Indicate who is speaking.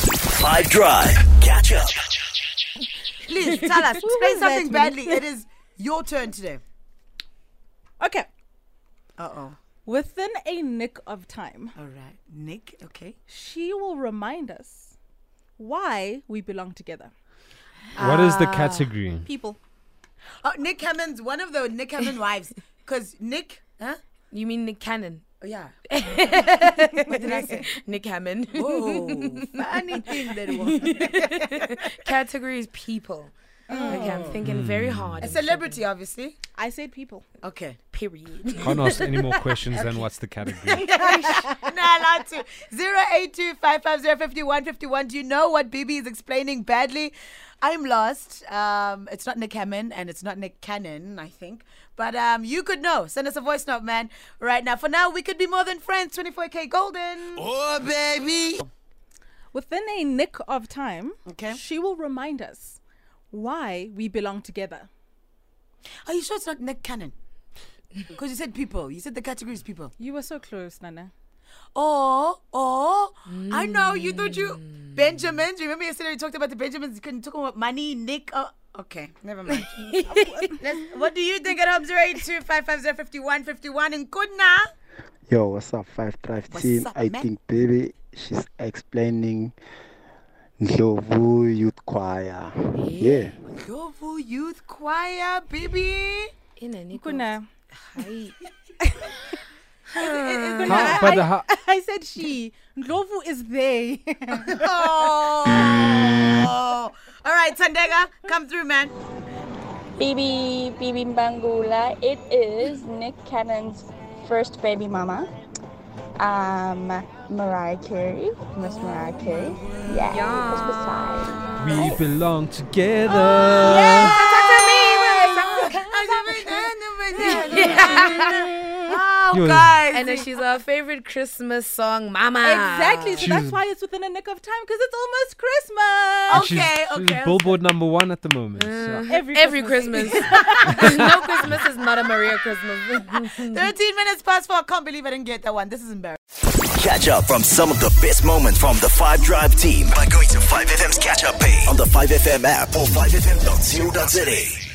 Speaker 1: Five Drive. Catch up.
Speaker 2: Liz, tell us. Explain
Speaker 3: was that
Speaker 2: something
Speaker 3: to me?
Speaker 2: badly. It is your turn today.
Speaker 3: Okay.
Speaker 2: Uh oh.
Speaker 3: Within a nick of time,
Speaker 2: All right. Nick, okay.
Speaker 3: she will remind us why we belong together.
Speaker 4: What is the
Speaker 2: Ah.
Speaker 4: category?
Speaker 3: People.
Speaker 2: Oh, Nick Hammond's one of the Nick Hammond wives. Because Nick, huh?
Speaker 5: You mean Nick Cannon?
Speaker 2: Oh, yeah.
Speaker 5: What did I say? Nick Hammond.
Speaker 2: Oh, funny thing that was.
Speaker 5: Category is people. Okay, I'm thinking very hard.
Speaker 2: A celebrity, obviously.
Speaker 3: I said people.
Speaker 2: Okay.
Speaker 5: Period.
Speaker 4: Can't ask any more questions than what's the category.
Speaker 2: Not allowed to. 082 550 Do you know what BB is explaining badly? I'm lost. Um, it's not Nick Hammond and it's not Nick Cannon, I think. But um, you could know. Send us a voice note, man, right now. For now, we could be more than friends. 24K Golden.
Speaker 1: Oh, baby.
Speaker 3: Within a nick of time,
Speaker 2: Okay.
Speaker 3: she will remind us why we belong together.
Speaker 2: Are you sure it's not Nick Cannon? Because you said people. You said the category is people.
Speaker 3: You were so close, Nana.
Speaker 2: Oh, oh, I know. You thought you Benjamins. Remember yesterday we talked about the Benjamins. You couldn't talk about money, Nick. Oh, okay, never mind. Let's- what do you think at home? Zero eight two five five zero fifty one fifty one in Kudna.
Speaker 6: Yo, what's up, Five Drive
Speaker 2: What's
Speaker 6: team?
Speaker 2: up,
Speaker 6: I
Speaker 2: man?
Speaker 6: think baby, she's explaining Ndlovu Youth Choir. Yeah.
Speaker 2: Yovo Youth Choir, baby.
Speaker 5: In a Nick.
Speaker 3: Kuna.
Speaker 5: Hi.
Speaker 4: How, but how,
Speaker 3: I said she. Ndlovu is they.
Speaker 2: Oh. All right, Sandega, come through, man.
Speaker 7: Bibi Bibi Bangula. It is Nick Cannon's first baby mama. Um, Mariah Carey, Miss Mariah Carey. Yeah, that's beside.
Speaker 4: we belong together.
Speaker 2: Oh,
Speaker 4: Yo.
Speaker 2: guys.
Speaker 5: And then she's our favorite Christmas song, Mama.
Speaker 3: exactly. So
Speaker 5: Ah.
Speaker 3: that's
Speaker 4: She's-
Speaker 3: why it's within a nick of time because it's almost Christmas.
Speaker 4: And she's-
Speaker 2: Okay,
Speaker 4: she's
Speaker 2: okay. Mm.
Speaker 4: Billboard number one at the moment. So-
Speaker 3: Every,
Speaker 5: Every Christmas. no Christmas is not a Maria Christmas.
Speaker 2: 13 minutes past four. I can't believe I didn't get that one. This is embarrassing.
Speaker 1: Catch up from some of the best moments from the Five Drive team by going to 5FM's catch up page on the 5FM app or 5FM.co.za.